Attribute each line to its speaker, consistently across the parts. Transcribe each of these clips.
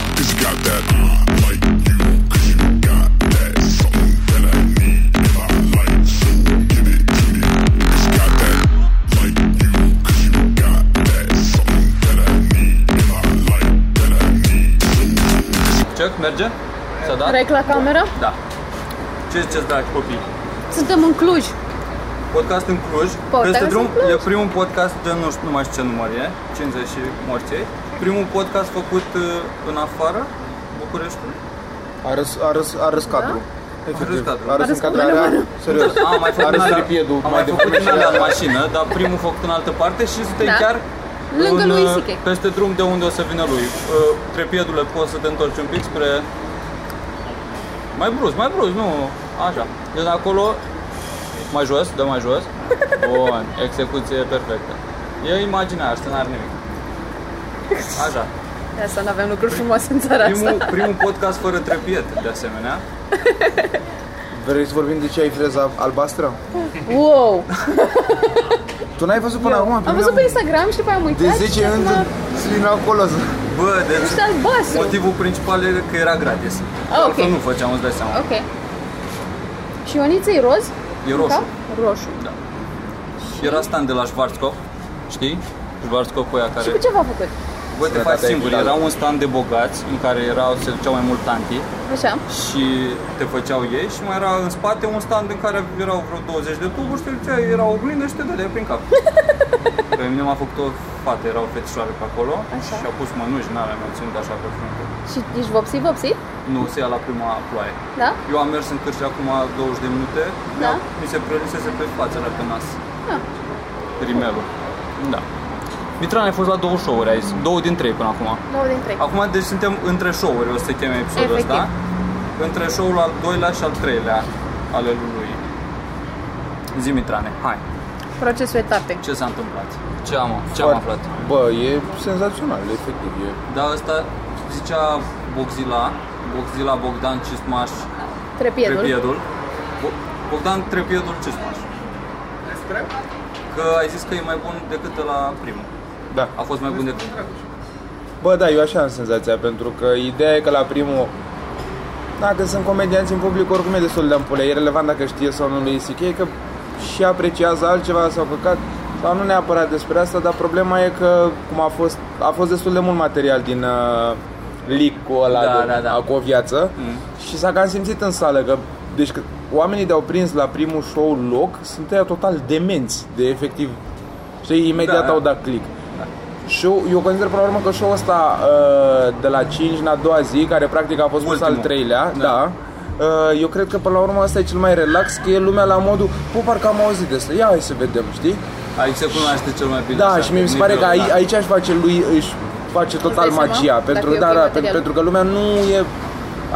Speaker 1: cause you got that. I like you cause you got that. Something that I need and I like, so give it to me. Cause you got that. Like you cause you got that. Something that I need and I like, that I need.
Speaker 2: Cec, merge? S-a dat?
Speaker 3: Rec la cameră?
Speaker 2: Da. Ce ziceți, dragi copii?
Speaker 3: Suntem în Cluj.
Speaker 2: Podcast în Cluj.
Speaker 3: Podcast
Speaker 2: Este
Speaker 3: în
Speaker 2: drum,
Speaker 3: Cluj.
Speaker 2: e primul podcast de nu știu, nu mai știu ce număr e, 50 și morței. Primul podcast făcut uh, în afara Bucureștiului.
Speaker 4: A râs, a râs, a râs cadru.
Speaker 2: râs
Speaker 4: Efectiv.
Speaker 2: cadru.
Speaker 4: A râs
Speaker 3: Da? râs
Speaker 4: încadrarea.
Speaker 3: cu mână,
Speaker 4: Serios.
Speaker 3: Da.
Speaker 2: Am mai făcut
Speaker 4: Are
Speaker 2: în altă-
Speaker 4: stripiedul,
Speaker 2: Am
Speaker 4: mai
Speaker 2: mai făcut
Speaker 4: departe
Speaker 2: în alea
Speaker 4: și
Speaker 2: în
Speaker 4: alea.
Speaker 2: mașină, dar primul făcut în altă parte și suntem
Speaker 3: Da.
Speaker 2: chiar
Speaker 3: Lângă
Speaker 2: în,
Speaker 3: lui
Speaker 2: uh,
Speaker 3: CK.
Speaker 2: peste drum de unde o să vină lui. Uh, Trepiedule, poți să te întorci un pic spre... Mai brusc, mai brusc, nu, așa. De acolo, mai jos, dă mai jos. Bun, execuție perfectă. E imaginea asta, n-are nimic. Așa.
Speaker 3: De asta nu avem lucruri frumoase în țara asta.
Speaker 2: Primul, primul podcast fără trepied, de asemenea.
Speaker 4: Vrei să vorbim de ce ai freza albastră?
Speaker 3: Wow!
Speaker 4: Tu n-ai văzut până acum?
Speaker 3: Am văzut pe Instagram și după aia am
Speaker 4: De
Speaker 3: uitat.
Speaker 4: 10
Speaker 3: și
Speaker 4: ani
Speaker 3: acum
Speaker 4: sunt acolo.
Speaker 2: Bă, deci
Speaker 3: Ești albastru.
Speaker 2: motivul principal e că era gratis.
Speaker 3: Ah, ok.
Speaker 2: Altfel nu făceam, îți dai seama.
Speaker 3: Ok. Și Ionița e roz?
Speaker 2: E
Speaker 3: În
Speaker 2: roșu.
Speaker 3: cap? Roșu.
Speaker 2: Da. Era stand de la Schwarzkopf, știi? Schwarzkopf ăia
Speaker 3: Și cu
Speaker 2: care...
Speaker 3: ce v-a făcut?
Speaker 2: Bă, te faci
Speaker 4: Sănătatea
Speaker 2: singur.
Speaker 4: evitală.
Speaker 2: Era un stand de bogați în care erau, se duceau mai mult tanti
Speaker 3: Așa.
Speaker 2: și te făceau ei și mai era în spate un stand în care erau vreo 20 de tuburi și te duceai, era o oglindă și te dădeai prin cap. Pe mine m-a făcut o fată, era o fetișoară pe acolo
Speaker 3: Așa.
Speaker 2: și a pus mănuși, n mi-a ținut așa pe frunte.
Speaker 3: Și ești vopsit, vopsit?
Speaker 2: Nu, se ia la prima ploaie.
Speaker 3: Da?
Speaker 2: Eu am mers în cârci acum 20 de minute,
Speaker 3: Da.
Speaker 2: mi-a- mi se prăjisese pe fața la pe nas.
Speaker 3: Ah.
Speaker 2: Rimelul. Da. Mitran ai fost la două show-uri azi, două din trei până acum.
Speaker 3: 9 din 3.
Speaker 2: Acum deci suntem între show-uri, o să se cheme episodul
Speaker 3: Efectiv.
Speaker 2: ăsta. Între show-ul al doilea și al treilea ale lui Zi Mitrane, hai,
Speaker 3: Procesul etape.
Speaker 2: ce s-a întâmplat? Ce am, ce am aflat?
Speaker 4: Bă, e senzațional, efectiv. E
Speaker 2: Da, ăsta zicea Boxila, Boxila Bogdan Cismaș,
Speaker 3: Trepiedul.
Speaker 2: Trepiedul. Bo- Bogdan Trepiedul Cismaș.
Speaker 5: Despre?
Speaker 2: Că ai zis că e mai bun decât la primul.
Speaker 4: Da.
Speaker 2: A fost mai bun decât...
Speaker 4: Bă, da, eu așa am senzația, pentru că ideea e că la primul... Dacă sunt comedianți în public, oricum e destul de ampule. E relevant dacă știe sau nu lui CK, că și apreciază altceva sau căcat. Sau nu neapărat despre asta, dar problema e că cum a fost, a fost destul de mult material din uh, leak cu ăla
Speaker 2: Da,
Speaker 4: de,
Speaker 2: da, da.
Speaker 4: cu o viață
Speaker 2: Mm.
Speaker 4: și s-a cam simțit în sală că deci că oamenii de-au prins la primul show loc sunt ăia total demenți de efectiv și imediat
Speaker 2: Da.
Speaker 4: au dat click. Și eu, eu consider până la urmă că show-ul ăsta uh, de la 5 în a doua zi, care practic a fost pus
Speaker 2: Ultimul.
Speaker 4: al treilea, da. da uh, eu cred că până la urmă asta e cel mai relax, că e lumea la modul, pô, parcă am auzit de asta, ia hai să vedem, știi?
Speaker 2: Aici se cunoaște cel mai bine.
Speaker 4: Da,
Speaker 2: așa,
Speaker 4: și mie mi se
Speaker 2: nu-i
Speaker 4: pare
Speaker 2: greu,
Speaker 4: că ai,
Speaker 2: da.
Speaker 4: aici își face lui, își face total
Speaker 3: Îți dai
Speaker 4: magia,
Speaker 3: seama
Speaker 4: pentru,
Speaker 3: dacă e
Speaker 4: da,
Speaker 3: ok
Speaker 4: da,
Speaker 3: materialul.
Speaker 4: pe- pentru că lumea nu e,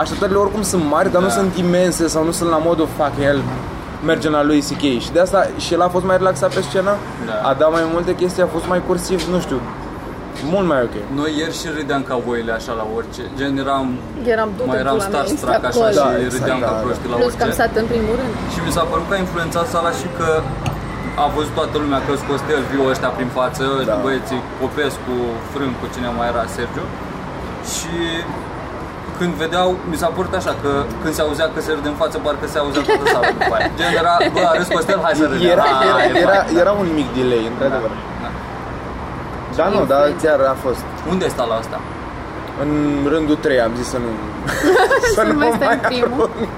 Speaker 4: așteptările oricum sunt mari, dar
Speaker 2: Da.
Speaker 4: nu sunt imense sau nu sunt la modul, fuck, el merge la lui CK și de asta și el a fost mai relaxat pe scenă,
Speaker 2: Da.
Speaker 4: a dat mai multe chestii, a fost mai cursiv, nu știu, mult mai ok.
Speaker 2: Noi ieri și râdeam ca voile așa la orice. Gen eram...
Speaker 3: Eram du-te
Speaker 2: mai
Speaker 3: pula
Speaker 2: eram
Speaker 3: mea,
Speaker 2: starstruck
Speaker 3: ești
Speaker 2: așa
Speaker 3: acolo.
Speaker 2: și
Speaker 4: Da, exact,
Speaker 2: râdeam ca
Speaker 4: da, da.
Speaker 2: proști la
Speaker 3: Plus că am
Speaker 2: orice.
Speaker 3: stat în primul rând.
Speaker 2: Și mi s-a părut că a influențat sala și că a văzut toată lumea că Costel, viu ăștia prin față, da.
Speaker 4: Da.
Speaker 2: băieții Popescu, Frâncu, cine mai era, Sergiu. Și când vedeau, mi s-a părut așa că când se auzea că se râde în față, parcă se auzea toată sala după aia. Gen era, bă, a râs Costel, hai să râdem.
Speaker 4: Era,
Speaker 2: Ah, e
Speaker 4: era,
Speaker 2: fain.
Speaker 4: era, era un mic delay, într-adevăr.
Speaker 2: Da.
Speaker 4: Da, nu, dar
Speaker 3: Influență.
Speaker 4: chiar a fost.
Speaker 2: Unde e sala asta?
Speaker 4: În rândul 3 am zis să nu... să
Speaker 3: nu mai stai în primul.
Speaker 4: arunc.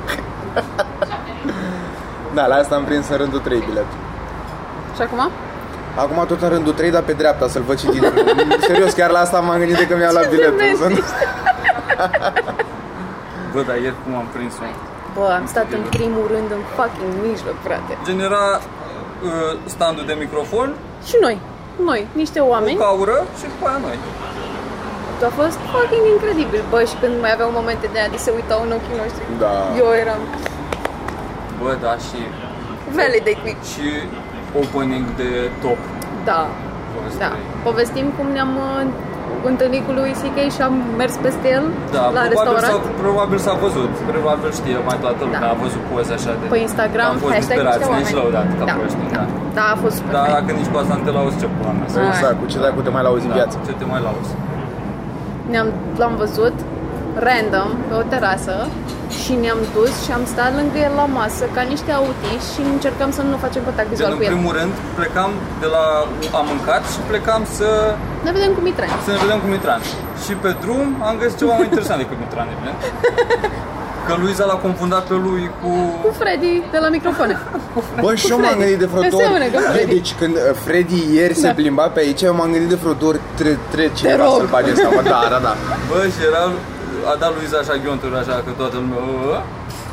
Speaker 4: da, la asta am prins în rândul 3 biletul.
Speaker 3: Și acum?
Speaker 4: Acum tot în rândul 3, dar pe dreapta să-l văd și din Serios, chiar la asta m-am gândit de că mi-a luat biletul. Să nu-
Speaker 2: Bă, dar ieri cum am prins-o.
Speaker 3: Bă, am stat în primul rând în fucking mijloc, frate.
Speaker 2: Gen era uh, standul de microfon,
Speaker 3: Și noi. Noi, niște
Speaker 2: cu
Speaker 3: oameni.
Speaker 2: caură și după aia noi.
Speaker 3: A fost fucking incredibil, bă, și când mai aveau momente de aia de se uitau în ochii noștri.
Speaker 4: Da.
Speaker 3: Eu eram
Speaker 2: Bă, da, și,
Speaker 3: validate me.
Speaker 2: și opening de top.
Speaker 3: Da,
Speaker 2: povestea
Speaker 3: da.
Speaker 2: ei.
Speaker 3: Povestim cum ne-am uh, întâlnit cu lui C.K. și am mers peste el
Speaker 2: Da,
Speaker 3: la
Speaker 2: probabil
Speaker 3: restaurant.
Speaker 2: S-a, probabil s-a văzut, probabil știe mai toată lumea,
Speaker 3: Da.
Speaker 2: a văzut poze așa de...
Speaker 3: Pe Instagram,
Speaker 2: am fost
Speaker 3: hashtag niște
Speaker 2: disperați,
Speaker 3: oameni.
Speaker 2: nici la o dată, ca
Speaker 3: da,
Speaker 2: proști,
Speaker 3: da. da, a fost super
Speaker 2: Dar
Speaker 3: fain.
Speaker 2: dacă nici pe asta nu te lauzi, ce pula mea da, să
Speaker 3: Da.
Speaker 2: lauzi?
Speaker 4: Exact, cu ce dacă te mai lauzi în
Speaker 2: Da,
Speaker 4: viață.
Speaker 2: ce te mai lauzi?
Speaker 3: Ne-am, l-am văzut, random pe o terasă și ne-am dus și am stat lângă el la masă ca niște autiști și încercam să nu facem contact
Speaker 2: Gen,
Speaker 3: vizual
Speaker 2: în
Speaker 3: cu el.
Speaker 2: primul rând, plecam de la... Am mâncat și plecam să,
Speaker 3: Ne vedem cu Mitran.
Speaker 2: să ne vedem cu Mitran. Și pe drum am găsit ceva mai interesant decât Mitran, evident. Că Luiza l-a confundat pe lui cu...
Speaker 3: Cu Freddy de la microfone.
Speaker 2: Da.
Speaker 4: Bă, și eu
Speaker 3: Freddy.
Speaker 4: m-am gândit de vreo două
Speaker 3: Aseamănă
Speaker 4: ori.
Speaker 3: cu Freddy.
Speaker 4: Deci când uh, Freddy ieri se
Speaker 3: Da.
Speaker 4: plimba pe aici, eu m-am gândit de vreo două ori tre- trece cineva
Speaker 3: rog.
Speaker 4: să-l bage în seamă. Da, da, da.
Speaker 2: Bă, și era... A dat Luiza așa ghionturi, așa, că toată lumea... "Ă, ă."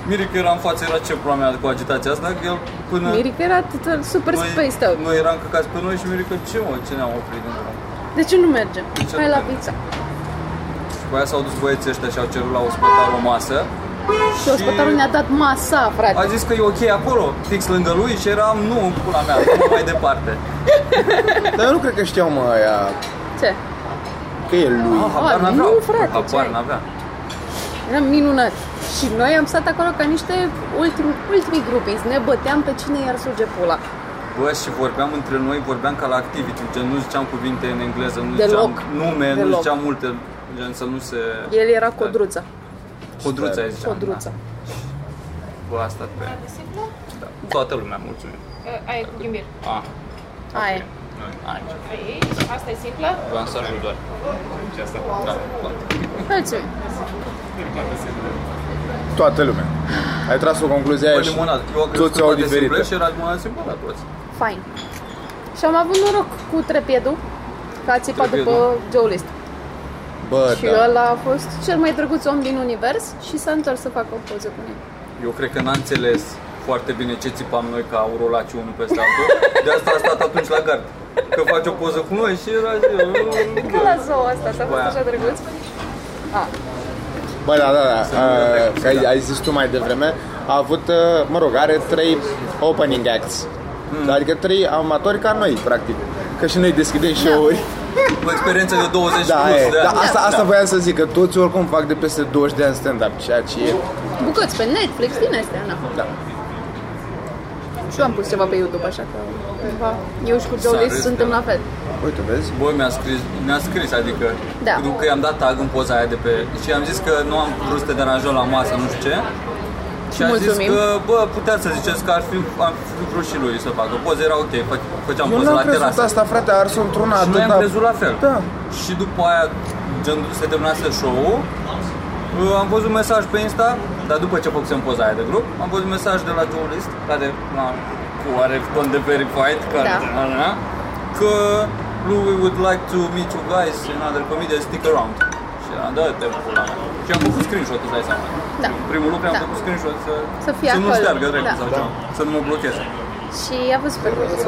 Speaker 2: Miri că era în față, era ce pula mea cu agitația asta, că el până...
Speaker 3: Mirica era total super spaced out.
Speaker 2: noi eram căcați pe noi și Miri că ce mă, ce ne-am oprit din drum?
Speaker 3: De ce nu mergem?
Speaker 2: ce
Speaker 3: Hai
Speaker 2: nu
Speaker 3: la
Speaker 2: mergem?
Speaker 3: pizza.
Speaker 2: După aia s-au dus băieții ăștia și au cerut la ospital o masă.
Speaker 3: Și ospătarul ne-a dat masa, frate.
Speaker 2: A zis că e ok acolo, fix lângă lui și eram, nu, în pula mea, nu mai departe.
Speaker 4: Dar eu nu cred că știau, mă, aia,
Speaker 3: Ce?
Speaker 4: că e lui.
Speaker 2: Ah, habar
Speaker 3: nu,
Speaker 2: n-aveau.
Speaker 3: frate, ce
Speaker 2: Habar
Speaker 3: ai?
Speaker 2: n-aveam.
Speaker 3: Era minunat. Și noi am stat acolo ca niște ultimi, ultimii grupiți. Ne băteam pe cine i-ar surge pula.
Speaker 2: Bă, și vorbeam între noi, vorbeam ca la activity, gen nu ziceam cuvinte în engleză, nu ziceam
Speaker 3: Deloc.
Speaker 2: nume, nu
Speaker 3: Deloc.
Speaker 2: ziceam multe, gen să nu se...
Speaker 3: El era
Speaker 2: Da.
Speaker 3: codruța.
Speaker 2: Codruța îi ziceam,
Speaker 3: Codruța.
Speaker 2: Da. Bă, asta pe...
Speaker 5: Simplu?
Speaker 2: Da. Toată lumea, mulțumim.
Speaker 5: Aia e cu ghimbir.
Speaker 2: Ah,
Speaker 3: Aia e.
Speaker 2: aici.
Speaker 5: Aici, asta e simplă.
Speaker 2: Vreau să ajut doar. Și asta? Da, poate.
Speaker 3: Mulțumim.
Speaker 4: Toată lumea. Ai tras o concluzie aia
Speaker 2: Bă,
Speaker 4: și
Speaker 2: limonadă. Eu am crezut
Speaker 4: Deci, toți
Speaker 2: că
Speaker 4: au
Speaker 2: toate simple
Speaker 4: diferite.
Speaker 2: și era limonadă simplă la toți.
Speaker 3: Fain. Și am avut noroc cu trepiedul, că a țipat
Speaker 2: Trepiedul.
Speaker 3: după Joe List.
Speaker 4: Bă,
Speaker 3: și
Speaker 4: da.
Speaker 3: ăla a fost cel mai drăguț om din univers și s-a întors să facă o poză cu noi.
Speaker 2: Eu cred că n-a înțeles foarte bine ce țipam noi ca aurolaci unul peste altul. De asta a stat atunci la gard. Că face o poză cu noi și era zi, uh,
Speaker 3: Că la zoo asta s-a fost
Speaker 2: Aia.
Speaker 3: așa drăguț. A,
Speaker 4: Bă, da, da, da.
Speaker 2: nu
Speaker 4: Uh,
Speaker 2: vedem,
Speaker 4: că ai, ai zis tu mai devreme, a avut, uh, mă rog, are trei opening acts.
Speaker 2: Hmm.
Speaker 4: Adică trei amatori ca noi, practic. Că și noi deschidem show-uri.
Speaker 2: o experiență de 20
Speaker 4: Da,
Speaker 2: plus
Speaker 4: e.
Speaker 2: de
Speaker 4: Da,
Speaker 2: ani.
Speaker 4: asta, asta voiam să zic, că toți oricum fac de peste 20 de ani stand-up, ceea ce e...
Speaker 3: bucăți pe Netflix din astea, na.
Speaker 4: Da.
Speaker 3: Și eu am pus ceva pe YouTube, așa că cumva eu și cu
Speaker 2: S-a
Speaker 3: Joe List
Speaker 2: râs,
Speaker 3: suntem
Speaker 2: da.
Speaker 3: la fel.
Speaker 4: Uite, vezi?
Speaker 2: Bă, mi-a scris, mi-a scris, adică,
Speaker 3: Da.
Speaker 2: pentru că i-am dat tag în poza aia de pe... Și am zis că nu am vrut să te deranjăm la masă, nu știu ce. Și am zis
Speaker 3: Mulțumim.
Speaker 2: că, bă, puteți să ziceți că ar fi, am fi vrut și lui să facă. Poza era ok, fă- făceam
Speaker 4: Eu
Speaker 2: poza
Speaker 4: n-am
Speaker 2: la
Speaker 4: crezut
Speaker 2: terasă.
Speaker 4: asta, frate, a ars într-una
Speaker 2: Și noi
Speaker 4: atâta-
Speaker 2: am crezut la fel.
Speaker 4: Da.
Speaker 2: Și după aia, gen, se terminase show-ul, uh, am văzut un mesaj pe Insta, dar după ce făcusem poza aia de grup, am văzut un mesaj de la Joe List, care na, cu are cont de verified, care,
Speaker 3: Da.
Speaker 2: na, na, că lui we would like to meet you guys in other comedians, stick around. Și am dat te pula mea. Și am făcut screenshot, îți dai seama.
Speaker 3: Da.
Speaker 2: Primul lucru am
Speaker 3: Da.
Speaker 2: făcut screenshot să,
Speaker 3: Să fie
Speaker 2: să nu
Speaker 3: acolo.
Speaker 2: șteargă drept
Speaker 3: Da.
Speaker 2: sau ceva, să nu mă blocheze.
Speaker 3: Și a fost super drăguț.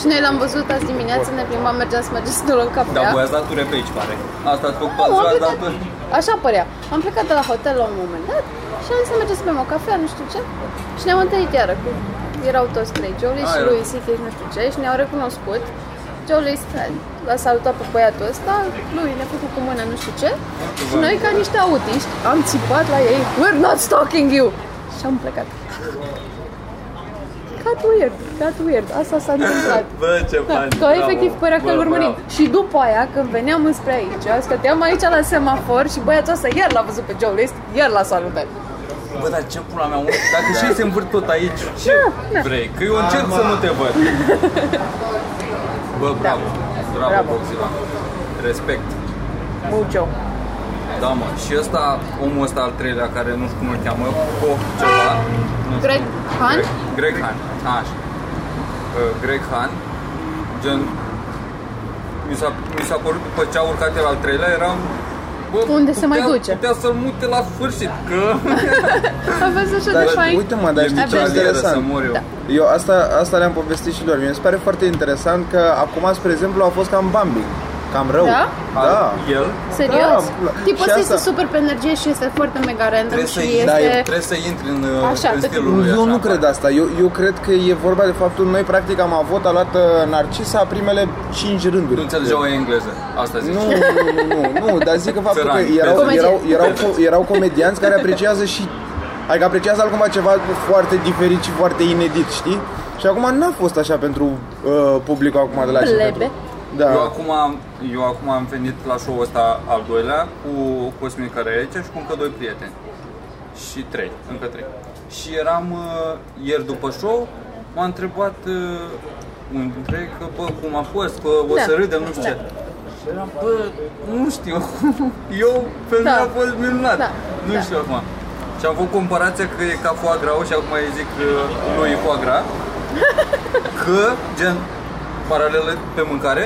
Speaker 3: Și noi l-am văzut azi dimineață, ne plimbam, mergeam să mergem să ne luăm
Speaker 2: Dar
Speaker 3: cafea.
Speaker 2: voi ați dat ture pe aici, pare. Asta ați făcut,
Speaker 3: Nu,
Speaker 2: ați
Speaker 3: am
Speaker 2: ați dat...
Speaker 3: plecat, așa părea. Am plecat de la hotel la un moment dat și am zis să mergem să bem o cafea, nu știu ce. Și ne-am întâlnit iară cu... Erau toți trei, Jolie
Speaker 2: Ah,
Speaker 3: și
Speaker 2: erau.
Speaker 3: lui C.K. și nu știu ce, și ne-au recunoscut. Jolie s- l-a salutat pe băiatul ăsta, lui ne-a făcut cu mâna nu știu ce. Și noi, ca niște autiști, am țipat la ei, We're not stalking you! Și am plecat. Got weird, got weird, asta s-a întâmplat.
Speaker 2: Bă, ce
Speaker 3: Da,
Speaker 2: fain!
Speaker 3: că efectiv părea că îl urmărim. Și după aia, când veneam înspre aici, stăteam aici la semafor și băiatul ăsta iar l-a văzut pe Joe List, iar l-a salutat.
Speaker 2: Bă, dar ce pula mea, om, dacă și ei se învârt tot aici, ce
Speaker 3: da.
Speaker 2: vrei? Că eu încerc să nu te văd. Bă, bravo! Bravo,
Speaker 3: Bravo.
Speaker 2: Boxila! Respect!
Speaker 3: Mucho.
Speaker 2: Da, mă, și ăsta, omul ăsta al treilea, care nu știu cum îl cheamă, Koch ceva, nu știu.
Speaker 3: Greg Han?
Speaker 2: Greg, Greg Han, așa. Uh, Greg Han, gen, mi s-a, mi s-a părut după ce a urcat el al treilea, eram... Bă,
Speaker 3: Unde se mai
Speaker 2: putea-
Speaker 3: duce?
Speaker 2: Putea să-l mute la sfârșit, că...
Speaker 3: A fost așa
Speaker 4: Dar
Speaker 3: de fain.
Speaker 4: uite
Speaker 2: Da,
Speaker 4: mă, dar știi ce e
Speaker 3: Aveți-
Speaker 2: să
Speaker 4: interesant?
Speaker 2: mor eu.
Speaker 3: Da.
Speaker 4: Eu asta, asta le-am povestit și lor. Mi se pare foarte interesant că acum, spre exemplu, a fost cam Bambi. Cam rău.
Speaker 3: Da?
Speaker 4: Da.
Speaker 2: El
Speaker 3: Serios?
Speaker 4: Da,
Speaker 3: Tipul
Speaker 4: și
Speaker 3: ăsta
Speaker 4: asta-
Speaker 3: este super pe energie și este foarte mega random
Speaker 2: trebuie să,
Speaker 3: și
Speaker 2: da, e-
Speaker 3: este...
Speaker 2: trebuie să intri în,
Speaker 3: Așa,
Speaker 2: în
Speaker 3: că-
Speaker 2: stilul
Speaker 4: Nu,
Speaker 2: lui.
Speaker 4: eu
Speaker 2: așa, da.
Speaker 4: nu cred asta. Eu, eu cred că e vorba de faptul noi practic am avut, a luat uh, Narcisa primele 5 rânduri.
Speaker 2: Nu înțelegeau ei engleză, asta zici.
Speaker 4: Nu, nu, nu, nu, nu, dar zic că faptul că
Speaker 2: Țărani,
Speaker 4: erau,
Speaker 3: pezeți.
Speaker 4: erau, erau, co- erau comedianți care apreciază și Adică apreciază altcumva ceva foarte diferit și foarte inedit, știi? Și acum n-a fost așa pentru uh, publicul acum de la
Speaker 3: Plebe.
Speaker 4: Pentru... Da.
Speaker 2: Eu, acum am, eu acum am venit la show-ul ăsta al doilea cu Cosmin care e aici și cu încă doi prieteni. Și trei, încă trei. Și eram uh, ieri după show, m-a întrebat uh, un dintre că, bă, cum a fost, că o
Speaker 3: Da.
Speaker 2: să râdem, nu știu ce. Și eram, bă, nu știu, eu, pe mine
Speaker 3: Da.
Speaker 2: a fost minunat.
Speaker 3: Da.
Speaker 2: Nu
Speaker 3: Da.
Speaker 2: știu acum. Și am făcut comparația că e ca foie gras și acum îi zic uh, lui e foie gras. Că, gen, paralele pe mâncare,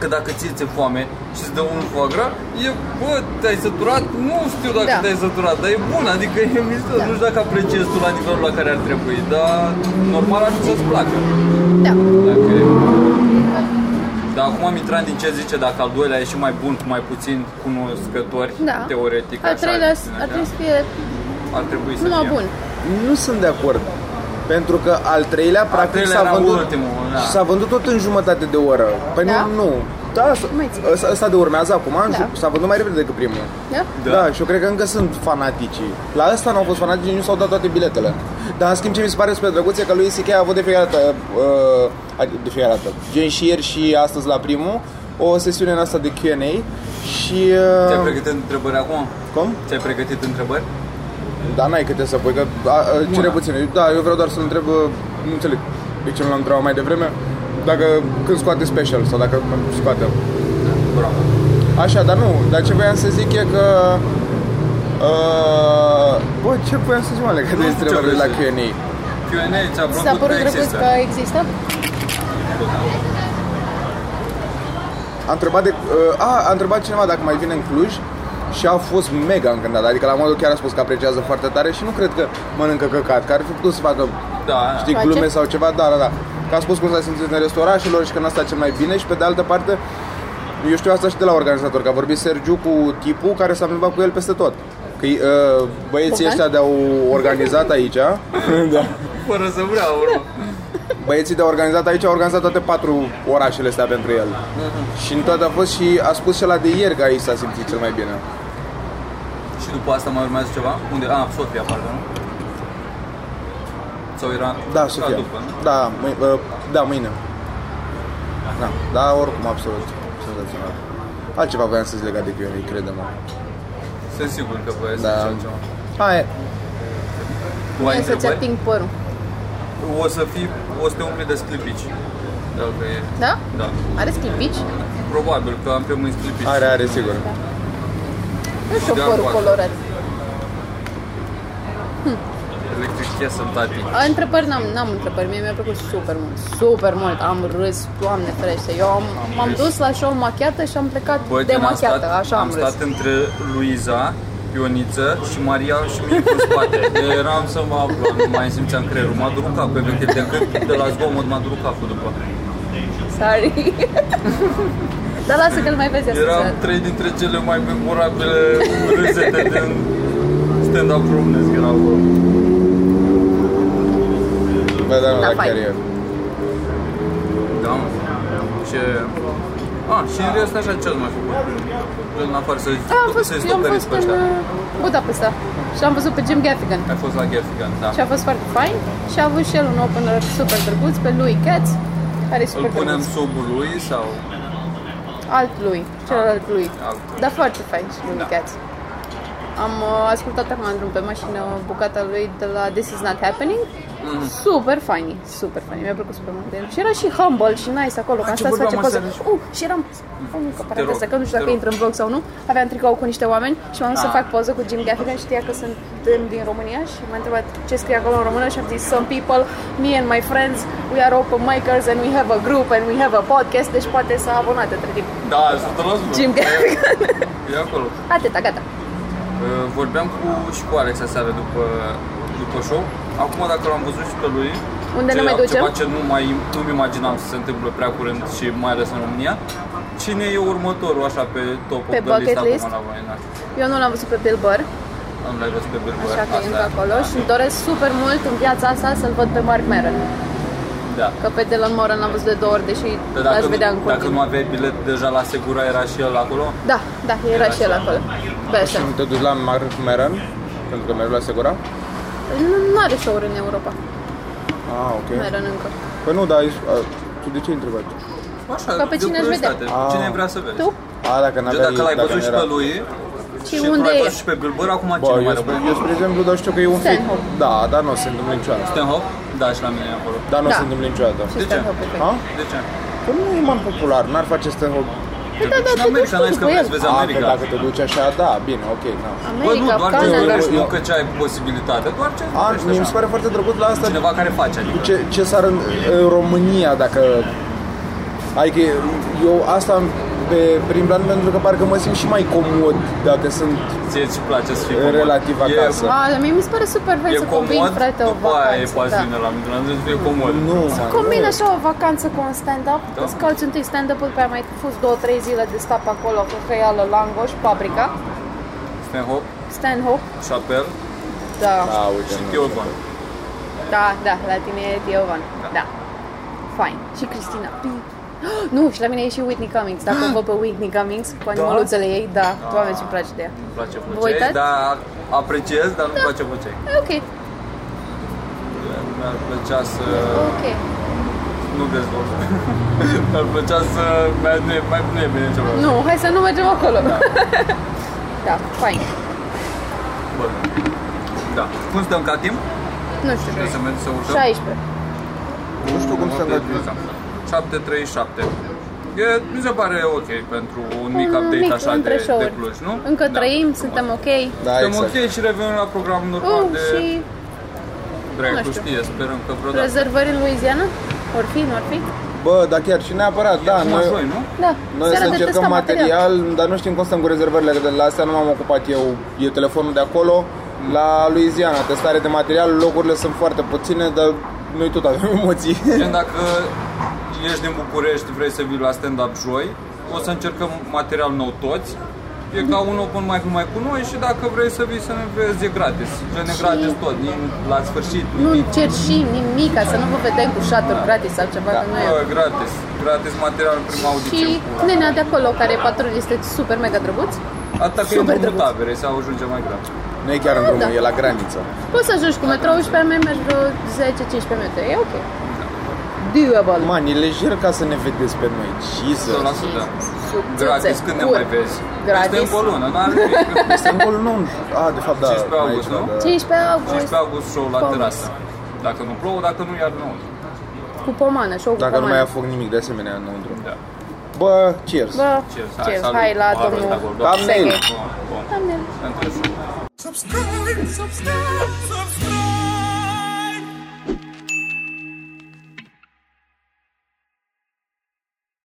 Speaker 2: că dacă ți ți foame și îți dă un foie gras, e, bă, te-ai săturat? Nu știu dacă
Speaker 3: Da.
Speaker 2: te-ai săturat, dar e bun, adică e mișto. Nu știu dacă apreciezi tu la nivelul la care ar trebui, dar normal ar fi să-ți placă.
Speaker 3: Da.
Speaker 2: Dacă e... Dar acum am intrat din ce zice, dacă al doilea e și mai bun, cu mai puțin cunoscători,
Speaker 3: Da.
Speaker 2: teoretic,
Speaker 3: Al
Speaker 2: așa,
Speaker 3: treilea
Speaker 2: din
Speaker 3: ar
Speaker 2: astea,
Speaker 3: trebui să fie
Speaker 2: ar trebui să
Speaker 3: numai
Speaker 2: fie.
Speaker 3: bun.
Speaker 4: Nu sunt de acord. Pentru că al treilea, practic,
Speaker 2: treilea
Speaker 4: s-a
Speaker 2: era
Speaker 4: vândut,
Speaker 2: ultimul, da.
Speaker 4: și s-a vândut tot în jumătate de oră. Păi
Speaker 3: Da?
Speaker 4: nu, nu. Da, asta-
Speaker 3: Mai țin.
Speaker 4: ăsta, ăsta de urmează acum, în
Speaker 3: Da.
Speaker 4: ju- s-a vândut mai repede decât primul.
Speaker 3: Da?
Speaker 2: Da.
Speaker 4: și eu cred că încă sunt fanaticii. La ăsta nu au fost fanatici, nu s-au dat toate biletele. Dar în schimb ce mi se pare super drăguț e că lui C.K. a avut de fiecare dată, uh, adică de fiecare dată, gen și ieri și astăzi la primul, o sesiune în asta de Q&A și...
Speaker 2: Ți-ai
Speaker 4: Uh,
Speaker 2: pregătit întrebări acum?
Speaker 4: cum?
Speaker 2: Ți-ai pregătit întrebări?
Speaker 4: Da, n-ai câte să pui, că a, a, cere
Speaker 2: Una.
Speaker 4: puțin. Da, eu vreau doar să-l întreb, uh, nu înțeleg de ce nu l-am întrebat mai devreme, dacă când scoate special sau dacă scoate.
Speaker 2: Bravo.
Speaker 4: Așa, dar nu, dar ce voiam să zic e că... Uh, bă, ce voiam să zic, mă, legat
Speaker 2: Nu
Speaker 4: de
Speaker 2: știu ce
Speaker 4: întrebările la
Speaker 2: vrei să zici.
Speaker 4: Q&A?
Speaker 2: Q&A, ți-a
Speaker 3: Ți s-a
Speaker 2: plăcut
Speaker 3: părut
Speaker 2: că
Speaker 3: drăguț
Speaker 2: există?
Speaker 3: că există?
Speaker 4: A întrebat, de, uh, a, a întrebat cineva dacă mai vine în Cluj și a fost mega încântat, adică la modul chiar a spus că apreciază foarte tare și nu cred că mănâncă căcat, că ar fi putut să facă
Speaker 2: Da,
Speaker 4: știi,
Speaker 3: Face?
Speaker 4: glume sau ceva, da, da, da. Că a spus cum s-a simțit în restaurant și lor și că n-a stat cel mai bine și pe de altă parte, eu știu asta și de la organizator, că a vorbit Sergiu cu tipul care s-a plimbat cu el peste tot. Că uh, băieții
Speaker 3: Bogdan?
Speaker 4: ăștia de-au organizat aici, da.
Speaker 2: fără să vreau, urmă.
Speaker 4: băieții de-au organizat aici, au organizat toate patru orașele astea pentru el. Și în toate a fost și a spus și la de ieri că aici s-a simțit cel mai bine.
Speaker 2: Și după asta mai urmează ceva? Unde? Ah, Sofia, parcă, nu? Sau era...
Speaker 4: Da, Sofia.
Speaker 2: Ca după, nu?
Speaker 4: Da, mâine, da, mâine. Da, da, oricum, absolut. Senzațional. Altceva voiam să-ți legat de Q&A, crede-mă.
Speaker 2: Sunt sigur că voi să
Speaker 4: Da.
Speaker 2: da. ceva.
Speaker 4: Hai,
Speaker 2: Tu ai
Speaker 3: Hai să-ți
Speaker 2: întrebări?
Speaker 3: ating părul.
Speaker 2: O să fii, o să te umpli de sclipici. Dacă e...
Speaker 3: Da?
Speaker 2: Da.
Speaker 3: Are sclipici?
Speaker 2: Probabil că am pe mâini sclipici.
Speaker 4: are, are, sigur.
Speaker 3: Nu știu
Speaker 2: Da,
Speaker 3: părul
Speaker 2: poate.
Speaker 3: colorat.
Speaker 2: Electric Chess sunt tati.
Speaker 3: A, Întrebări n-am, n-am întrebări, mie mi-a plăcut super mult, super mult, am râs, doamne ferește, eu am, m-am
Speaker 2: râs.
Speaker 3: dus la show machiată și am plecat
Speaker 2: Bă,
Speaker 3: de
Speaker 2: gen, am
Speaker 3: machiată,
Speaker 2: stat,
Speaker 3: așa am,
Speaker 2: am
Speaker 3: râs.
Speaker 2: stat între Luiza, Ioniță și Maria și mine pe spate. Eu eram să mă aflu, nu mai simțeam creierul. M-a durut capul, efectiv, de, cât de la zgomot m-a durut capul după.
Speaker 3: Sorry. Dar lasă că-l mai vezi
Speaker 2: Erau
Speaker 3: astăzi.
Speaker 2: trei dintre cele mai memorabile râsete din stand-up românesc erau acolo.
Speaker 4: Bă, dar nu,
Speaker 3: Da,
Speaker 4: da,
Speaker 3: fain.
Speaker 4: chiar e.
Speaker 2: Da, mă. Și... A, și în rest așa ce ați mai făcut? În afară să-i
Speaker 3: Da, am fost,
Speaker 2: să-i
Speaker 3: eu am
Speaker 2: stoperiți
Speaker 3: fost
Speaker 2: pe
Speaker 3: în
Speaker 2: ăștia.
Speaker 3: uh, Budapesta și am văzut pe Jim Gaffigan
Speaker 2: Ai fost la Gaffigan, da.
Speaker 3: și a fost foarte fain și a avut și el un opener super drăguț pe lui Katz, care e
Speaker 2: Îl
Speaker 3: super
Speaker 2: punem
Speaker 3: drăguț.
Speaker 2: sub lui sau...
Speaker 3: Alt lui, celălalt lui.
Speaker 2: Alt.
Speaker 3: Dar foarte fain și
Speaker 2: Da.
Speaker 3: lui Katz. Am uh, ascultat acum în drum pe mașină bucata lui de la This Is Not Happening.
Speaker 2: Mhm.
Speaker 3: Super funny, super funny, mi-a plăcut super mult de el. Și era și humble și nice acolo, că am
Speaker 2: ce
Speaker 3: stat să
Speaker 2: vorbeam
Speaker 3: face poză.
Speaker 2: aseară și-
Speaker 3: Uh, și eram, oh, că paranteză,
Speaker 2: rog,
Speaker 3: că nu știu
Speaker 2: te
Speaker 3: dacă
Speaker 2: rog.
Speaker 3: intră în vlog sau nu, aveam tricou cu niște oameni și m-am dus să
Speaker 2: Ah.
Speaker 3: fac poză cu Jim Gaffigan, știa că sunt din- din România și m-a întrebat ce scrie acolo în română și am zis Some people, me and my friends, we are open micers and we have a group and we have a podcast, deci poate să abonate între timp.
Speaker 2: Da, să te las bă.
Speaker 3: Jim Gaffigan.
Speaker 2: E acolo.
Speaker 3: Atâta, gata.
Speaker 2: Uh, Vorbeam cu, și cu Alex aseară după, după show. Acum dacă l-am văzut și pe lui,
Speaker 3: Unde
Speaker 2: ce,
Speaker 3: ne mai ducem?
Speaker 2: Ceva ce nu mai nu-mi imaginam să se întâmple prea curând și mai ales în România. Cine e următorul așa pe top
Speaker 3: Pe
Speaker 2: of the list
Speaker 3: bucket list?
Speaker 2: acum la voi? Na,
Speaker 3: Eu nu l-am văzut pe Bill Burr,
Speaker 2: Am l-ai văzut pe Billboard.
Speaker 3: așa că e
Speaker 2: asta
Speaker 3: încă
Speaker 2: e.
Speaker 3: acolo și îmi doresc super mult în viața asta să-l văd pe Mark Maron.
Speaker 2: Da.
Speaker 3: Că pe Dylan Moran l-am văzut de două ori, deși
Speaker 2: Dar
Speaker 3: l-aș
Speaker 2: Păi Dacă,
Speaker 3: vedea în
Speaker 2: nu, dacă nu
Speaker 3: continuu.
Speaker 2: aveai bilet deja la Segura, era și el acolo?
Speaker 3: Da, da, era,
Speaker 2: Era
Speaker 3: și el
Speaker 2: așa.
Speaker 3: acolo. Pe
Speaker 4: Și
Speaker 3: așa.
Speaker 4: nu te duci la Mark Meran? Pentru că mergi la Segura?
Speaker 3: Nu are show-uri în Europa,
Speaker 4: Ah, ok.
Speaker 3: Maron încă.
Speaker 4: Păi nu, dar ești, a, tu de ce ai întrebat?
Speaker 2: Așa,
Speaker 3: Ca pe
Speaker 2: de
Speaker 3: cine aș vedea.
Speaker 2: curiozitate. Cine vrea să vezi?
Speaker 3: Tu?
Speaker 4: A, dacă
Speaker 2: Deci
Speaker 4: Ah. n-aveai...
Speaker 2: dacă l-ai
Speaker 4: dacă
Speaker 2: văzut și
Speaker 4: n-era-
Speaker 2: pe lui
Speaker 3: Și
Speaker 2: și tu
Speaker 3: unde
Speaker 2: l-ai
Speaker 3: e?
Speaker 2: văzut și pe Billboard, acum
Speaker 4: Bă,
Speaker 2: cine
Speaker 4: eu,
Speaker 2: mai
Speaker 4: spre,
Speaker 2: rămâne?
Speaker 4: eu, spre exemplu, dar știu că e un fake...
Speaker 3: Stand-up.
Speaker 4: Da, dar nu o se întâmplă niciodată.
Speaker 2: Stanhope? Da, și la mine e acolo.
Speaker 4: Dar nu
Speaker 3: Da.
Speaker 4: se întâmplă niciodată.
Speaker 3: Și
Speaker 2: De
Speaker 3: stai
Speaker 2: ce?
Speaker 3: pe pe.
Speaker 4: Ha?
Speaker 2: De ce?
Speaker 4: Că nu e mai popular, n-ar face stand-up.
Speaker 3: da,
Speaker 2: Deci
Speaker 3: da,
Speaker 2: în
Speaker 3: te duci
Speaker 2: America,
Speaker 3: tu
Speaker 2: n-ai zis că
Speaker 3: după
Speaker 2: vrei
Speaker 3: el.
Speaker 2: să vezi
Speaker 4: A, că
Speaker 2: America.
Speaker 4: dacă te duci așa, da, bine, ok, na.
Speaker 2: Bă, nu,
Speaker 3: America,
Speaker 2: doar ce
Speaker 3: Canada.
Speaker 2: urăști, nu că ce ai posibilitatea, doar ce
Speaker 4: A,
Speaker 2: urăști
Speaker 4: mie mi se
Speaker 2: așa.
Speaker 4: Ah, pare foarte drăguț la asta.
Speaker 2: Cineva care face, adică.
Speaker 4: ce, ce s-ar în, în România dacă... Adică eu asta am pe prim plan pentru că parcă mă simt și mai comod dacă sunt...
Speaker 2: Ție ți place să fii comod.
Speaker 4: Relativ
Speaker 2: E-
Speaker 4: acasă.
Speaker 3: A, dar mie mi se pare super fain
Speaker 2: E
Speaker 3: să combini,
Speaker 2: comod,
Speaker 3: frate, o
Speaker 2: după aia e
Speaker 3: vacanță. da.
Speaker 2: pasiune la mine, e comod.
Speaker 4: Nu, mă,
Speaker 3: Combin
Speaker 4: nu.
Speaker 3: așa o vacanță cu un stand-up,
Speaker 2: Da.
Speaker 3: îți cauți întâi stand-up-ul, pe aia mai fost două, trei zile de stap acolo cu Hăială, Langoș, Paprika,
Speaker 2: Stanhope,
Speaker 3: Stanhope,
Speaker 2: Chapel
Speaker 3: da, da,
Speaker 4: Da, uite,
Speaker 2: și
Speaker 4: nu.
Speaker 2: Tiovan.
Speaker 3: da, la tine e Tiovan,
Speaker 2: Da.
Speaker 3: da. da. Fain. Și Cristina. Nu, și la mine e și Whitney Cummings. Dacă vă pe Whitney Cummings cu animăluțele ei, da, da. doamne ce-mi place de ea.
Speaker 2: Îmi place
Speaker 3: Vă
Speaker 2: Focei,
Speaker 3: uitați? Da.
Speaker 2: dar apreciez, dar nu-mi place Focei.
Speaker 3: E ok,
Speaker 2: Mi-ar plăcea să
Speaker 3: ok.
Speaker 2: nu dezvolt. Mi-ar plăcea să... mai- Nu e, mai nu e bine ceva.
Speaker 3: Nu, hai să nu mergem acolo. Da, fain.
Speaker 2: Bă. Da. Cum stăm ca timp?
Speaker 3: Nu știu.
Speaker 2: Trebuie să mergem să urcăm.
Speaker 3: 16.
Speaker 4: Nu știu cum să mergem.
Speaker 2: 737. E, mi se pare ok pentru un mic
Speaker 3: Un
Speaker 2: update
Speaker 3: mic
Speaker 2: așa de,
Speaker 3: întreșouri.
Speaker 2: de Cluj, nu?
Speaker 3: Încă
Speaker 2: Da.
Speaker 3: trăim, suntem ok.
Speaker 4: Da,
Speaker 2: Suntem
Speaker 4: exact.
Speaker 2: ok și revenim la programul normal
Speaker 3: Uh,
Speaker 2: de
Speaker 3: și
Speaker 2: Dracu
Speaker 3: nu știu.
Speaker 2: știe, sperăm că vreodată.
Speaker 3: rezervări în Louisiana? Or fi, nu or fi?
Speaker 4: Bă, dar chiar și neapărat, da,
Speaker 2: Acum joi,
Speaker 4: noi,
Speaker 2: nu?
Speaker 3: Da.
Speaker 4: noi să
Speaker 3: Seara de
Speaker 4: încercăm
Speaker 3: testat
Speaker 4: material, dar nu știm cum stăm cu rezervările, că de la astea nu m-am ocupat eu, e telefonul de acolo, la Louisiana, testare de material, locurile sunt foarte puține, dar noi tot avem emoții.
Speaker 2: Gen, dacă ești din București, vrei să vii la stand-up joi, o să încercăm material nou toți. E ca un open mic numai cu noi și dacă vrei să vii să ne vezi, e gratis. Gen, e
Speaker 3: Și-
Speaker 2: gratis tot, nici la sfârșit,
Speaker 3: Nu
Speaker 2: nimic.
Speaker 3: încerci nimic, ca să nu vă vedem cu shuttle gratis sau
Speaker 4: Da.
Speaker 3: ceva, că nu
Speaker 2: Bă,
Speaker 3: e.
Speaker 2: gratis. Gratis material în prima audiție.
Speaker 3: Și nenea de acolo, care e patron, este super mega drăguț.
Speaker 2: Atâta că e
Speaker 3: Super
Speaker 2: drumul
Speaker 3: drăguț.
Speaker 2: taberei, să ajunge mai grav.
Speaker 4: Nu e chiar în
Speaker 3: Da.
Speaker 4: drumul, e la graniță.
Speaker 3: Poți să ajungi cu metrou și pe aia mai mergi vreo 10-15 minute. E ok. Doable.
Speaker 4: Man, e lejer ca să ne vedeți pe noi. Jesus.
Speaker 2: 100%.
Speaker 3: Subțuțe,
Speaker 2: Gratis, când ne
Speaker 3: cur.
Speaker 2: mai vezi?
Speaker 3: Gratis.
Speaker 2: Peste o lună, n-ar fi.
Speaker 4: Singurul nu. A, de fapt, da.
Speaker 2: 15 august,
Speaker 4: aici,
Speaker 2: nu?
Speaker 4: da.
Speaker 3: 15 august
Speaker 2: 15 august show la
Speaker 3: Pomus.
Speaker 2: terasă. Dacă nu plouă, dacă nu iar nou.
Speaker 3: cu pomană, show cu
Speaker 4: Dacă nu mai
Speaker 3: pomană.
Speaker 4: afoc nimic de asemenea înăuntru.
Speaker 2: Da.
Speaker 4: Bă, cheers.
Speaker 3: Bă,
Speaker 2: Cheers.
Speaker 3: cheers, hai la domnul.
Speaker 4: Thumbnail.
Speaker 2: Bun, bun.
Speaker 3: Doamne.
Speaker 2: Pentru show.
Speaker 1: Subscribe, subscribe, subscribe.